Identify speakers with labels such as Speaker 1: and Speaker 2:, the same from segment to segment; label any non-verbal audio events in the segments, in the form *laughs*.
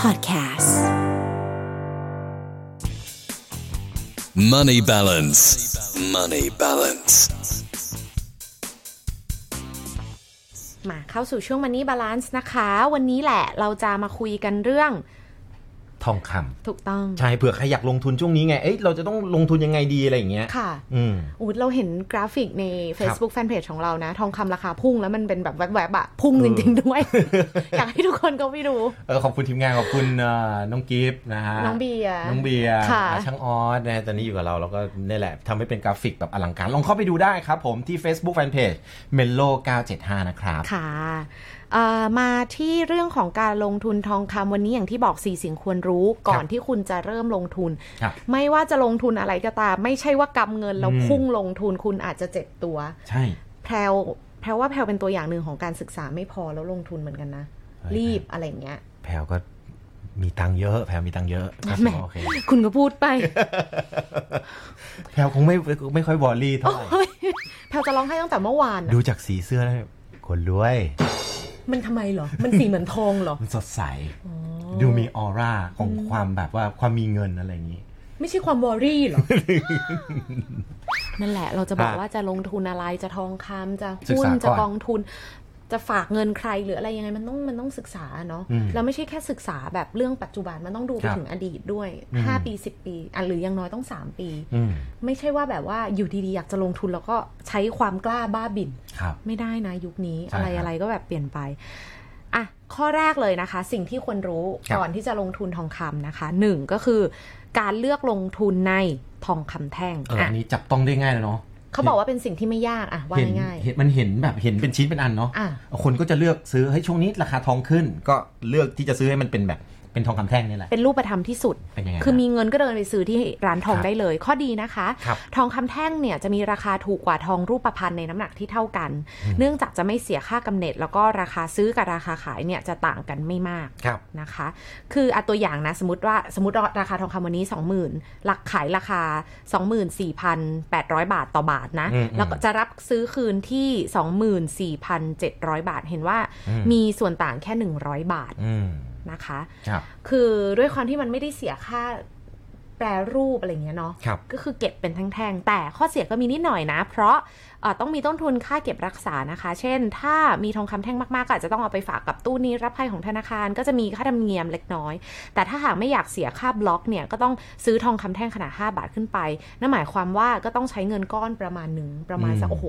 Speaker 1: Podcasts.
Speaker 2: Money balance. Money balance.
Speaker 3: มาเข้าสู่ช่วงมันนี่บาลานซ์นะคะ วันนี้แหละเราจะมาคุยกันเรื่อง
Speaker 4: ทองคำ
Speaker 3: ถูกต้อง
Speaker 4: ใช่เผื่อใครอยากลงทุนช่วงนี้ไง เอ้ยเราจะต้องลงทุนยังไงดีอะไรอย่างเงี้ย
Speaker 3: ค่ะ
Speaker 4: อืม
Speaker 3: อูดเราเห็นกราฟิกใน Facebook Fanpage ของเรานะ ทองคำราคาพุ่งแล้วมันเป็นแบบแวบๆอะพุ่งจริง ๆ
Speaker 4: *laughs*
Speaker 3: ด้วย อยากให้ทุกคนก็ไปดู
Speaker 4: เออขอบคุณทีมงานขอบคุณเอ่อน้องกิฟต์นะฮะ
Speaker 3: น้องเบียร์
Speaker 4: น้องเบียร์
Speaker 3: ค่ะ
Speaker 4: อ่าช่างออสนะฮะตอนนี้อยู่กับเราแล้วก็นี่แหละทำให้เป็นกราฟิกแบบอลังการ ลองเข้าไปดูได้ครับผมที่ Facebook Fanpage m e l o 975 นะครับ
Speaker 3: ค่ะเอ่อมาที่เรื่องของการลงทุนทองคำวันนี้อย่างที่บอกสี่สิ่งควรรู้ก่อน
Speaker 4: ครับ
Speaker 3: ที่คุณจะเริ่มลงทุน
Speaker 4: ครับ
Speaker 3: ไม่ว่าจะลงทุนอะไรก็ตาม ไม่ใช่ว่ากำเงินแล้ว
Speaker 4: อืม
Speaker 3: พุ่งลงทุนคุณอาจจะเจ็บตัว
Speaker 4: ใช่
Speaker 3: แพรวแพรวว่าแพรวเป็นตัวอย่างหนึ่งของการศึกษาไม่พอแล้วลงทุนเหมือนกันนะ
Speaker 4: เฮ้ย
Speaker 3: รีบอะไรอย่างเงี้ย
Speaker 4: แพลวก็มีตังค์เยอะ แพลวมีตังค์เยอะครับผมโอเค
Speaker 3: คุณก็พูดไป
Speaker 4: แพลวคงไม่ไม่ค่อยวอรี่เท่าไหร่
Speaker 3: แพรวจะร้องไห้ตั้งแต่เมื่อวานอะ
Speaker 4: ดูจากสีเสื้อแล้วคนรวย
Speaker 3: มันทำไมเหรอ มันสีเหมือนทองเหรอ
Speaker 4: มันสดใส ดูมีออร่าของความแบบว่าความมีเงินอะไรอย่างนี้
Speaker 3: ไม่ใช่ความวอรี่เหรอ *laughs* นั่นแหละเราจะบอก
Speaker 4: อ่ะ
Speaker 3: ว่าจะลงทุนอะไรจะทองคำจะ
Speaker 4: ศึก
Speaker 3: หุ้น
Speaker 4: ษา
Speaker 3: จะ
Speaker 4: ก่อน
Speaker 3: กองทุน จะฝากเงินใครหรืออะไรยังไงมันต้องมันต้องศึกษาเนาะ
Speaker 4: อืม
Speaker 3: แล้วไม่ใช่แค่ศึกษาแบบเรื่องปัจจุบันมันต้องดูไป
Speaker 4: ครับ
Speaker 3: ถึงอดีตด้วย
Speaker 4: อืม
Speaker 3: ห้าปีสิบปีอ่ะหรืออยังน้อยต้องสามปี
Speaker 4: อืม
Speaker 3: ไม่ใช่ว่าแบบว่าอยู่ดีๆ อยากจะลงทุนแล้วก็ใช้ความกล้าบ้าบิ่น
Speaker 4: ครับ
Speaker 3: ไม่ได้นะยุคนี้
Speaker 4: ใช่ครั
Speaker 3: อะไร
Speaker 4: บ
Speaker 3: อะไรๆก็แบบเปลี่ยนไปอ่ะข้อแรกเลยนะคะ สิ่งที่ควรรู้
Speaker 4: ครับ
Speaker 3: ก่อนที่จะลงทุนทองคำนะคะหนึ่งก็คือการเลือกลงทุนในทองคำแท่ง
Speaker 4: เออ
Speaker 3: อ่ะ
Speaker 4: อันนี้จับต้องได้ง่ายเลยเนาะ
Speaker 3: เขาบอกว่าเป็นสิ่งที่ไม่ยากอ่ะว่า
Speaker 4: เห็น
Speaker 3: ง่าย
Speaker 4: เห็นมันเห็นแบบเห็นเป็นชิ้นเป็นอันเนาะ
Speaker 3: อ่ะ
Speaker 4: คนก็จะเลือกซื้อให้ยช่วงนี้ราคาทองขึ้น ก็เลือกที่จะซื้อให้มันเป็นแบบเป็นทองคำแท่งนี่แหละ
Speaker 3: ๆ เป็นรูปธรรมที่สุด
Speaker 4: เป็นยังไง
Speaker 3: คือ
Speaker 4: นะ
Speaker 3: มีเงินก็เดินไปซื้อที่ร้านทอง
Speaker 4: ครับ
Speaker 3: ได้เลย ข้อดีนะคะ
Speaker 4: ครับ
Speaker 3: ทองคำแท่งเนี่ยจะมีราคาถูกกว่าทองรูปพรรณในน้ำหนักที่เท่ากัน เนื่องจากจะไม่เสียค่ากำเนิดแล้วก็ราคาซื้อกับราคาขายเนี่ยจะต่างกันไม่มาก
Speaker 4: ครับ
Speaker 3: นะคะ คืออะตัวอย่างนะ สมมติว่าสมมติราคาทองคำวันนี้ 20,000หลักขายราคา 24,800 บาทต่อบาทนะ
Speaker 4: อืมอืม
Speaker 3: แล้วก็จะรับซื้อคืนที่ 24,700 บาท เห็นว่า
Speaker 4: อืม
Speaker 3: มีส่วนต่างแค่ 100 บาท
Speaker 4: อืม
Speaker 3: นะคะ
Speaker 4: ครับ
Speaker 3: คือด้วยความที่มันไม่ได้เสียค่าแปรรูปอะไรอย่างเงี้ยเนาะ
Speaker 4: ครับ
Speaker 3: ก็คือเก็บเป็นแท่งๆ แต่ข้อเสียก็มีนิดหน่อยนะ เพราะเอ่อต้องมีต้นทุนค่าเก็บรักษานะคะ เช่น ถ้ามีทองคำแท่งมากๆก็อาจจะต้องเอาไปฝากกับตู้นี้รับภัยของธนาคาร ก็จะมีค่าธรรมเนียมเล็กน้อย แต่ถ้าหากไม่อยากเสียค่าบล็อกเนี่ยก็ต้องซื้อทองคำแท่งขนาด 5 บาทขึ้นไปนั่นหมายความว่าก็ต้องใช้เงินก้อนประมาณหนึ่งประมาณสัก
Speaker 4: อืม
Speaker 3: โอ้โห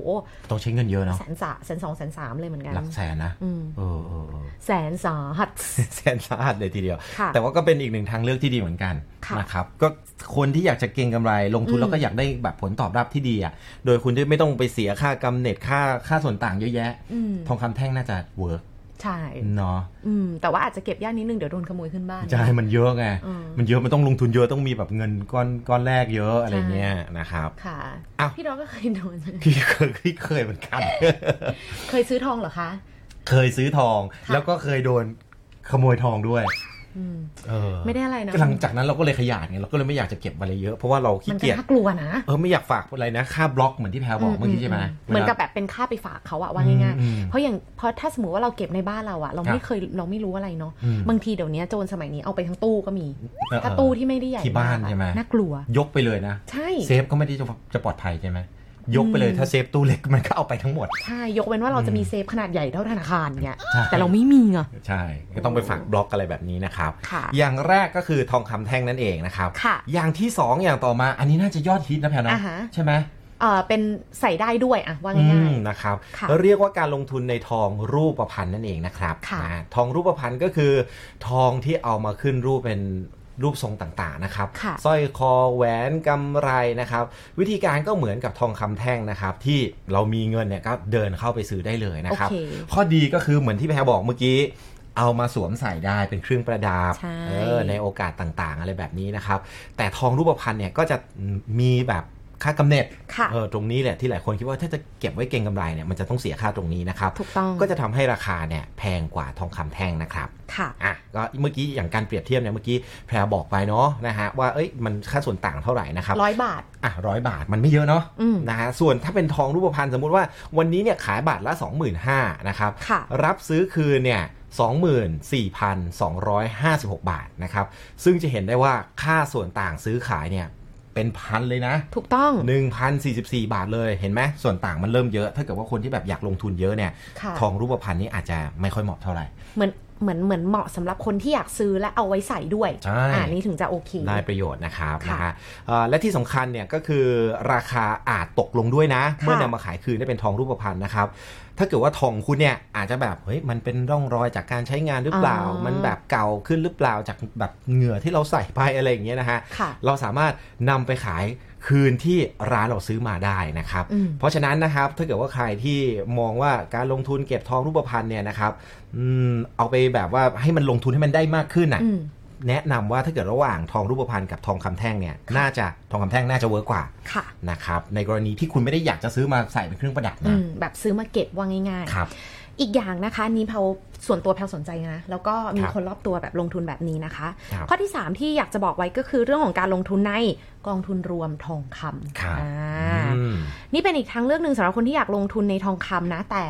Speaker 4: ต้องใช้เงินเยอะเนาะ
Speaker 3: แสนสามแสนสองแสนสามเลยเหมือนกัน
Speaker 4: หลักแสนนะ
Speaker 3: อืม
Speaker 4: เออเออเออ *laughs*
Speaker 3: แสนสาหัส
Speaker 4: แสนสาหัสเลยทีเดียว
Speaker 3: ค่ะ
Speaker 4: แต่ว่าก็เป็นอีกหนึ่งทางเลือกที่ดีเหมือนกัน
Speaker 3: ค่ะ
Speaker 4: นะครับก็คนที่อยากจะเก็งกำไรลงทุ
Speaker 3: อื
Speaker 4: น
Speaker 3: ม
Speaker 4: แล้วก็อยากได้แบบผลตอบรับที่ดีอ่ะโดยคุณที่ไม่ต้องไปเสียค่ากำเนิดค่าค่าส่วนต่างเยอะแยะ
Speaker 3: อืม
Speaker 4: ทองคำแท่งน่าจะเวิร์ก
Speaker 3: ใช่
Speaker 4: เนาะ
Speaker 3: อืมแต่ว่าอาจจะเก็บยากนิดนึง เดี๋ยวโดนขโมยขึ้นบ้าน
Speaker 4: ใช่มันเยอะไง
Speaker 3: อืม
Speaker 4: มันเยอะ มันต้องลงทุนเยอะ ต้องมีแบบเงินก้อนก้อนแรกเยอะอะไรเงี้ยนะครับ
Speaker 3: ค่ะ
Speaker 4: อ้าว
Speaker 3: พี่ดอนก็เคยโดน
Speaker 4: พี่เคยพี่เคยเหมือนกัน
Speaker 3: เคยซื้อทองเหรอคะ
Speaker 4: เคยซื้อทอง
Speaker 3: ค่ะ
Speaker 4: แล้วก็เคยโดนขโมยทองด้วย
Speaker 3: อืม
Speaker 4: เออ
Speaker 3: ไม่ได้อะไรนะ
Speaker 4: หลังจากนั้นเราก็เลยขยาดไง เราก็เลยไม่อยากจะเก็บอะไรเยอะ เพราะว่าเราขี้
Speaker 3: มันก็
Speaker 4: เกียจ
Speaker 3: น่ากลัวนะ
Speaker 4: เออไม่อยากฝากอะไรนะ ค่าบล็อกเหมือนที่แพรบอกเมื่อกี้ใช่ไหม
Speaker 3: เหมือนกับ
Speaker 4: วลา
Speaker 3: แบบเป็นค่าไปฝากเขาอะว่าง่าย
Speaker 4: อืมอืม
Speaker 3: ๆ เพราะอย่างเพราะถ้าสมมติว่าเราเก็บในบ้านเราอะเรา
Speaker 4: ครับ
Speaker 3: ไม่เคยเราไม่รู้อะไรเนาะ
Speaker 4: อืม
Speaker 3: บางทีเดี๋ยวนี้โจรสมัยนี้เอาไปทั้งตู้ก็มี
Speaker 4: เออ
Speaker 3: ถ้าตู้ที่ไม่ได้ใหญ่
Speaker 4: ที่บ้าน
Speaker 3: กอะ
Speaker 4: ใช่ไหม
Speaker 3: น่ากลัว
Speaker 4: ยกไปเลยนะ
Speaker 3: ใช่
Speaker 4: เซฟก็ไม่ได้จะจะปลอดภัยใช่ไหมยกไปเลย
Speaker 3: อืม
Speaker 4: ถ้าเซฟตู้เล็กมันก็เอาไปทั้งหมด
Speaker 3: ใช่ ยกเว้นว่าเราจะมี
Speaker 4: อืม
Speaker 3: เซฟขนาดใหญ่เท่าธนาคารเนี่ย
Speaker 4: ใช่
Speaker 3: แต่เราไม่มีไง
Speaker 4: ใช่ ก็ต้องไปฝากบล็อกอะไรแบบนี้นะครับ
Speaker 3: ค่ะ
Speaker 4: อย่างแรกก็คือทองคำแท่งนั่นเองนะครับ
Speaker 3: ค่ะ
Speaker 4: อย่างที่ 2 อย่างต่อมาอันนี้น่าจะยอดฮิตนะแพรเนาะ
Speaker 3: อ่าฮะ
Speaker 4: ใช่ไหม
Speaker 3: เออเป็นใส่ได้ด้วยอะว่า
Speaker 4: อื
Speaker 3: ง่าย
Speaker 4: มนะครับ
Speaker 3: ค่ะ
Speaker 4: เรียกว่าการลงทุนในทองรูปพันธ์นั่นเองนะครับ
Speaker 3: ค่ะ
Speaker 4: อ่าทองรูปพันธ์ก็คือทองที่เอามาขึ้นรูปเป็นรูปทรงต่างๆนะครับ
Speaker 3: ค่ะ
Speaker 4: สร้อยคอแหวนกำไรนะครับ วิธีการก็เหมือนกับทองคำแท่งนะครับ ที่เรามีเงินเนี่ยก็เดินเข้าไปซื้อได้เลยนะครับ
Speaker 3: โอเค
Speaker 4: ข้อดีก็คือเหมือนที่แพรบอกเมื่อกี้ เอามาสวมใส่ได้เป็นเครื่องประดับ
Speaker 3: ใช่
Speaker 4: เออใน ในโอกาสต่างๆ อะไรแบบนี้นะครับ แต่ทองรูปพรรณเนี่ยก็จะมีแบบค่ากำเนิด
Speaker 3: ๆ ค่ะ
Speaker 4: เออตรงนี้แหละที่หลายคนคิดว่าถ้าจะเก็บไว้เก็งกำไรเนี่ยมันจะต้องเสียค่าตรงนี้นะครับ
Speaker 3: ถูกต้อง
Speaker 4: ก็จะทำให้ราคาเนี่ยแพงกว่าทองคำแท่งนะครับ
Speaker 3: ค่ะ
Speaker 4: อ่ะก็เมื่อกี้อย่างการเปรียบเทียบเนี่ยเมื่อกี้แพรบอกไปเนาะนะฮะว่าเอ้ยมันค่าส่วนต่างเท่าไหร่นะครับ
Speaker 3: ร้อยบาท
Speaker 4: อ่ะร้อยบาทมันไม่เยอะเนาะ
Speaker 3: อืม
Speaker 4: นะฮะส่วนถ้าเป็นทองรูปพรรณสมมุติว่าวันนี้เนี่ยขายบาทละ 25,000นะครับ
Speaker 3: ค่ะ
Speaker 4: รับซื้อคืนเนี่ย 24,256 บาทนะครับ ซึ่งจะเห็นได้ว่าค่าส่วนต่างซื้อขายเนี่ยเป็นพันเลยนะ
Speaker 3: ถูกต้อง
Speaker 4: 1,044 บาทเลยเห็นไหมส่วนต่างมันเริ่มเยอะ ถ้าเกิดว่าคนที่แบบอยากลงทุนเยอะเนี่ย
Speaker 3: ค่ะ
Speaker 4: ทองรูปพรรณนี่อาจจะไม่ค่อยเหมาะเท่าไหร่
Speaker 3: เหมือนเหมือนเหมือนเหมาะสำหรับคนที่อยากซื้อและเอาไว้ใส่ด้วย
Speaker 4: ใช่
Speaker 3: อ่านี่ถึงจะโอเค
Speaker 4: ได้ประโยชน์นะครับ
Speaker 3: ค่ะ
Speaker 4: นะฮะเอ่อและที่สำคัญเนี่ยก็คือราคาอาจตกลงด้วยนะ
Speaker 3: ค่ะ
Speaker 4: เมื่อนำมาขายคืนได้เป็นทองรูปพรรณนะครับ ถ้าเกิดว่าทองคุณเนี่ยอาจจะแบบเฮ้ยมันเป็นร่องรอยจากการใช้งานหรือเปล่า มันแบบเก่าขึ้นหรือเปล่าจากแบบเหงื่อที่เราใส่ไปอะไรอย่างเงี้ยนะฮะ
Speaker 3: ค่ะ
Speaker 4: เราสามารถนำไปขายคืนที่ร้านเราซื้อมาได้นะครับ
Speaker 3: อืม
Speaker 4: เพราะฉะนั้นนะครับถ้าเกิดว่าใครที่มองว่าการลงทุนเก็บทองรูปพรรณเนี่ยนะครับอืมเอาไปแบบว่าให้มันลงทุนให้มันได้มากขึ้นอ่ะ
Speaker 3: อืม
Speaker 4: แนะนำว่าถ้าเกิดระหว่างทองรูปพรรณกับทองคำแท่งเนี่ยน่าจะทองคำแท่งน่าจะเวิร์กกว่า
Speaker 3: ค่ะ
Speaker 4: นะครับในกรณีที่คุณไม่ได้อยากจะซื้อมาใส่เป็นเครื่องประดับ
Speaker 3: อื
Speaker 4: นะ
Speaker 3: มแบบซื้อมาเก็บว่าง่าย
Speaker 4: ครับ
Speaker 3: ๆ อีกอย่างนะคะอันนี้เพาส่วนตัวเพาสนใจนะ แล้วก็มี
Speaker 4: ครับ
Speaker 3: คนรอบตัวแบบลงทุนแบบนี้นะคะ
Speaker 4: ครับ
Speaker 3: ข้อที่ 3 ที่อยากจะบอกไว้ก็คือเรื่องของการลงทุนในกองทุนรวมทองคำ
Speaker 4: ครับ
Speaker 3: อ่า
Speaker 4: อืม
Speaker 3: นี่เป็นอีกทางเลือกหนึ่งสำหรับคนที่อยากลงทุนในทองคำนะ แต่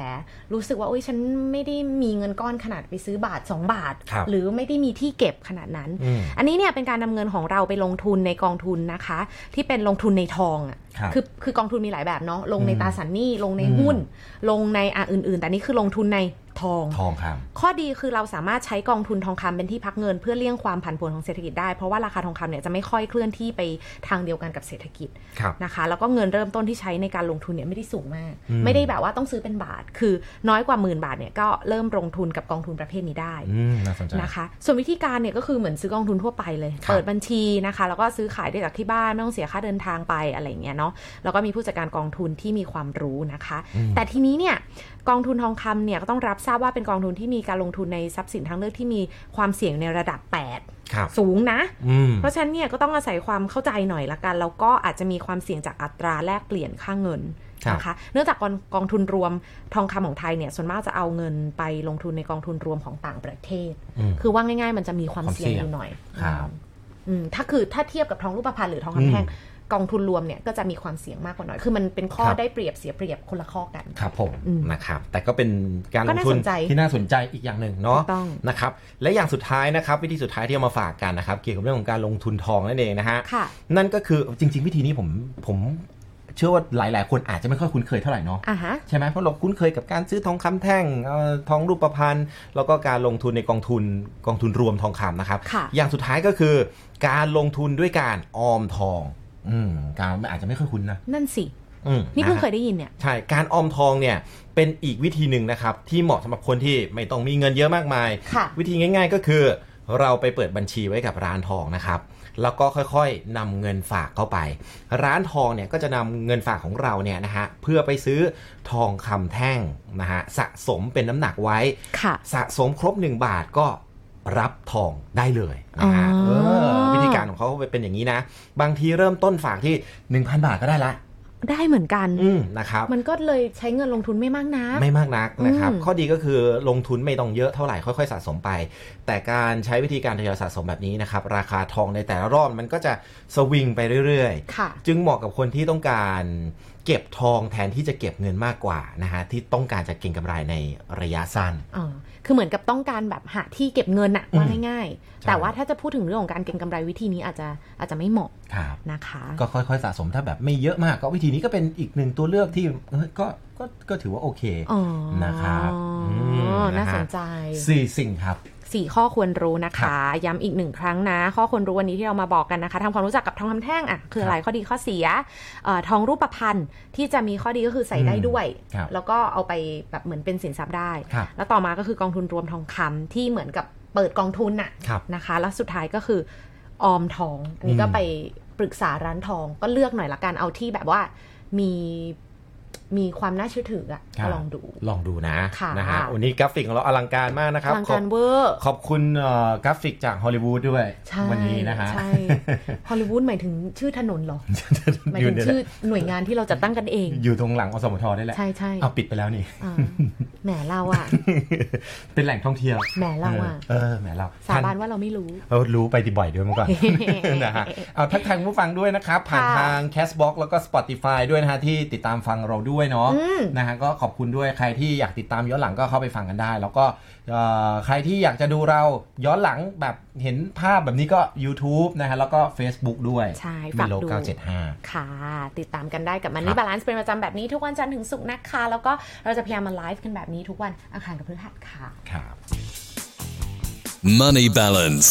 Speaker 3: รู้สึกว่าโอ้ยฉันไม่ได้มีเงินก้อนขนาดไปซื้อบาท 2 บาท
Speaker 4: ครับ
Speaker 3: หรือไม่ได้มีที่เก็บขนาดนั้น
Speaker 4: อืม
Speaker 3: อันนี้เนี่ยเป็นการนำเงินของเราไปลงทุนในกองทุนนะคะ ที่เป็นลงทุนในทองอะ
Speaker 4: ครับ
Speaker 3: คือคือกองทุนมีหลายแบบเนาะลงใน
Speaker 4: อืม
Speaker 3: ตราสารหนี้ลงใน
Speaker 4: อืม
Speaker 3: หุ้น ลงในอ่ะอื่น ๆ แต่นี่คือลงทุนในทอง
Speaker 4: ทองคำ
Speaker 3: ข้อดีคือเราสามารถใช้กองทุนทองคำเป็นที่พักเงินเพื่อเลี่ยงความผันผวนของเศรษฐกิจได้เพราะว่าราคาทองคำเนี่ยจะไม่ค่อยเคลื่อนที่ไปทางเดียวกันกับเศรษฐกิจ
Speaker 4: ครับ
Speaker 3: นะคะแล้วก็เงินเริ่มต้นที่ใช้ในการลงทุนเนี่ยไม่ได้สูงมาก
Speaker 4: อืม
Speaker 3: ไม่ได้แบบว่าต้องซื้อเป็นบาท คือน้อยกว่าหมื่นบาทเนี่ยก็เริ่มลงทุนกับกองทุนประเภทนี้ได้
Speaker 4: อืมน่าสนใจ
Speaker 3: นะคะ ส่วนวิธีการเนี่ยก็คือเหมือนซื้อกองทุนทั่วไปเลย
Speaker 4: ครับ
Speaker 3: เปิดบัญชีนะคะ แล้วก็ซื้อขายได้จากที่บ้านไม่ต้องเสียค่าเดินทางไปอะไรอย่างเงี้ยเนาะแล้วก็มีผู้จัดการกองทุนที่มีความรู้นะคะ
Speaker 4: อืม
Speaker 3: แต่ทีนี้เนี่ยกองทุนทองคำเนี่ยก็ต้องรับทราบว่าเป็นกองทุนที่มีการลงทุนในทรัพย์สินทางเลือกที่มีความเสี่ยงในระดับ
Speaker 4: ครับ
Speaker 3: 8 สูงนะ
Speaker 4: อืม
Speaker 3: เพราะฉะนั้นเนี่ยก็ต้องอาศัยความเข้าใจหน่อยละกัน แล้วก็อาจจะมีความเสี่ยงจากอัตราแลกเปลี่ยนค่าเงิน
Speaker 4: ครับ
Speaker 3: นะคะ เนื่องจากกองกองทุนรวมทองคำของไทยเนี่ยส่วนมากจะเอาเงินไปลงทุนในกองทุนรวมของต่างประเทศ
Speaker 4: อืม
Speaker 3: คือว่าง่าย ๆ มันจะมีความ
Speaker 4: ความเสี่
Speaker 3: เสี่ยงอ
Speaker 4: ยง
Speaker 3: ยู่หน่อย
Speaker 4: ครับ
Speaker 3: อืมถ้าคือถ้าเทียบกับทองรูปพรรณหรือทองคำแท่งกองทุนรวมเนี่ยก็จะมีความเสี่ยงมากกว่าหน่อย คือมันเป็นข้อ
Speaker 4: ครับ
Speaker 3: ได้เปรียบเสียเปรียบคนละข้อกัน
Speaker 4: ครับผม
Speaker 3: อืม
Speaker 4: นะครับแต่ก็เป็นการล
Speaker 3: ก็
Speaker 4: ง
Speaker 3: น่า
Speaker 4: ทุน
Speaker 3: สนใจ
Speaker 4: ที่น่าสนใจอีกอย่างหนึ่งเนาะ
Speaker 3: ถูกต้อง
Speaker 4: นะครับและอย่างสุดท้ายนะครับ วิธีสุดท้ายที่เอามาฝากกันนะครับ เกี่ยวกับเรื่องของการลงทุนทองนั่นเองนะฮะ
Speaker 3: ค่ะ
Speaker 4: นั่นก็คือจริง ๆ วิธีนี้ผมผมเชื่อว่าหลาย ๆ คนอาจจะไม่ค่อยคุ้นเคยเท่าไหร่เนาะ
Speaker 3: อ่ะฮะ
Speaker 4: ใช่ไหมเพราะเราคุ้นเคยกับการซื้อทองคำแท่งเอ่อทองรูปพรรณแล้วก็การลงทุนในกองทุนกองทุนรวมทองคำนะครับ
Speaker 3: ค่ะ
Speaker 4: อย่างสุดท้ายก็คือ การลงทุนด้วยการออมทองอืมการอาจจะไม่ค่อยคุ้นนะ
Speaker 3: นั่นสิ
Speaker 4: อืม
Speaker 3: นี่เพิ่ง
Speaker 4: ะฮะ
Speaker 3: เคยได้ยินเนี่ย
Speaker 4: ใช่ การออมทองเนี่ยเป็นอีกวิธีหนึ่งนะครับ ที่เหมาะสำหรับคนที่ไม่ต้องมีเงินเยอะมากมาย
Speaker 3: ค่ะ
Speaker 4: วิธีง่าย ๆ ก็คือ เราไปเปิดบัญชีไว้กับร้านทองนะครับ แล้วก็ค่อยๆนำเงินฝากเข้าไป ร้านทองเนี่ยก็จะนำเงินฝากของเราเนี่ยนะฮะเพื่อไปซื้อทองคำแท่งนะฮะสะสมเป็นน้ำหนักไว้
Speaker 3: ค่ะ
Speaker 4: สะสมครบ 1 บาทก็รับทองได้เลยนะฮะ
Speaker 3: อ๋อ
Speaker 4: เออวิธีการของเขาเป็นอย่างนี้นะ บางทีเริ่มต้นฝากที่ 1,000 บาทก็ได้ละ
Speaker 3: ได้เหมือนกัน
Speaker 4: อืมนะครับ
Speaker 3: มันก็เลยใช้เงินลงทุนไม่มากนะ
Speaker 4: ไม่มากนักนะครับ
Speaker 3: อืม
Speaker 4: ข้อดีก็คือลงทุนไม่ต้องเยอะเท่าไหร่ค่อยๆสะสมไป แต่การใช้วิธีการทยอยสะสมแบบนี้นะครับ ราคาทองในแต่ละรอบมันก็จะสวิงไปเรื่อย
Speaker 3: ค่ะ
Speaker 4: ๆ จึงเหมาะกับคนที่ต้องการเก็บทองแทนที่จะเก็บเงินมากกว่านะฮะที่ต้องการจะเก็งกำไรในระยะสั้น
Speaker 3: อ่าคือเหมือนกับต้องการแบบหาที่เก็บเงินอะว่าง่าย
Speaker 4: ใช่
Speaker 3: ๆ แต่ว่าถ้าจะพูดถึงเรื่องของการเก็งกำไรวิธีนี้อาจจะอาจจะไม่เหมาะ
Speaker 4: ครับ
Speaker 3: นะคะ
Speaker 4: ก็ค่อยๆสะสมถ้าแบบไม่เยอะมากก็วิธีนี้ก็เป็นอีกหนึ่งตัวเลือกที่เอ้ยก็ก็ก็ถือว่าโอเค
Speaker 3: อ๋อ
Speaker 4: นะครับอื
Speaker 3: น่า
Speaker 4: มะฮะ
Speaker 3: สนใจ
Speaker 4: สี่สิ่งครับ
Speaker 3: สี่ข้อควรรู้นะ
Speaker 4: ครั
Speaker 3: คะ ย้ำอีกหนึ่งครั้งนะ ข้อควรรู้วันนี้ที่เรามาบอกกันนะคะทำความรู้จักกับทองคำแท่งอ่ะคืออะไรข้อดีข้อเสียเออทองรูปพรรณที่จะมีข้อดีก็คือใส่ได้ด้วย
Speaker 4: ครับ
Speaker 3: แล้วก็เอาไปแบบเหมือนเป็นสินทรัพย์ได้
Speaker 4: ครับ
Speaker 3: แล้วต่อมาก็คือกองทุนรวมทองคำที่เหมือนกับเปิดกองทุนน่ะ
Speaker 4: ครับ
Speaker 3: นะคะ แล้วสุดท้ายก็คือออมทองอันนี้ก็
Speaker 4: อืม
Speaker 3: ไปปรึกษาร้านทองก็เลือกหน่อยละกันเอาที่แบบว่ามีมีความน่าเชื่อถืออ่ะ
Speaker 4: ครั
Speaker 3: ก็
Speaker 4: บ
Speaker 3: ลองดู
Speaker 4: ลองดูนะ
Speaker 3: ค่ะ
Speaker 4: นะฮะวันนี้กราฟิกของเราอลังการมากนะครับ
Speaker 3: ทาง
Speaker 4: ขอ
Speaker 3: การ
Speaker 4: บ
Speaker 3: เวอร์
Speaker 4: ขอบคุณเอ่อกราฟิกจากฮอลลีวูดด้วย
Speaker 3: ใช่
Speaker 4: วันี้นะฮะ
Speaker 3: ใช่ ฮอลลีวูดหมายถึงชื่อถนนเหรอ หมาย
Speaker 4: อยู่
Speaker 3: ถึง
Speaker 4: เนี่ยแห
Speaker 3: ชื่อ
Speaker 4: ละ
Speaker 3: หน่วยงานที่เราจัดตั้งกันเอง
Speaker 4: อยู่ตรงหลังอสมทได้แหละ
Speaker 3: ใช่ใช่
Speaker 4: เอาปิดไปแล้วนี่ *laughs*
Speaker 3: อ่าแหมเราอ่ะ
Speaker 4: เป็นแหล่งท่องเที่ยว
Speaker 3: แหมเราอ่ะ
Speaker 4: เออแหมเรา
Speaker 3: สาบานว่าเราไม่รู้
Speaker 4: เออรู้ไปดิบ่อยด้วยเมื่
Speaker 3: *laughs*
Speaker 4: อก่อน นะ *laughs* ฮะเอาทักทายผู้ฟังด้วยนะครับ ผ่าน
Speaker 3: ค่ะ
Speaker 4: ทาง Castbox แล้วก็ Spotify ด้วยนะฮะที่ติดตามฟังเราด้วย ด้วยเนาะ
Speaker 3: อืม
Speaker 4: นะฮะก็ขอบคุณด้วยใครที่อยากติดตามย้อนหลังก็เข้าไปฟังกันได้ แล้วก็เอ่อใครที่อยากจะดูเราย้อนหลังแบบเห็นภาพแบบนี้ก็ YouTube นะฮะแล้วก็ Facebook ด้วย
Speaker 3: ใช่
Speaker 4: มิ
Speaker 3: ฝาก
Speaker 4: โล
Speaker 3: ดู
Speaker 4: 975
Speaker 3: ค่ะ ติดตามกันได้กับมัน
Speaker 4: ครั
Speaker 3: นี่
Speaker 4: บ
Speaker 3: บาลานซ์เป็นประจำแบบนี้ทุกวันจันทร์ถึงศุกร์นะคะ แล้วก็เราจะพยายามมาไลฟ์กันแบบนี้ทุกวันอังคารกับพฤหัสค่ะ
Speaker 4: ครับ
Speaker 2: Money balance.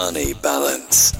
Speaker 2: Money balance.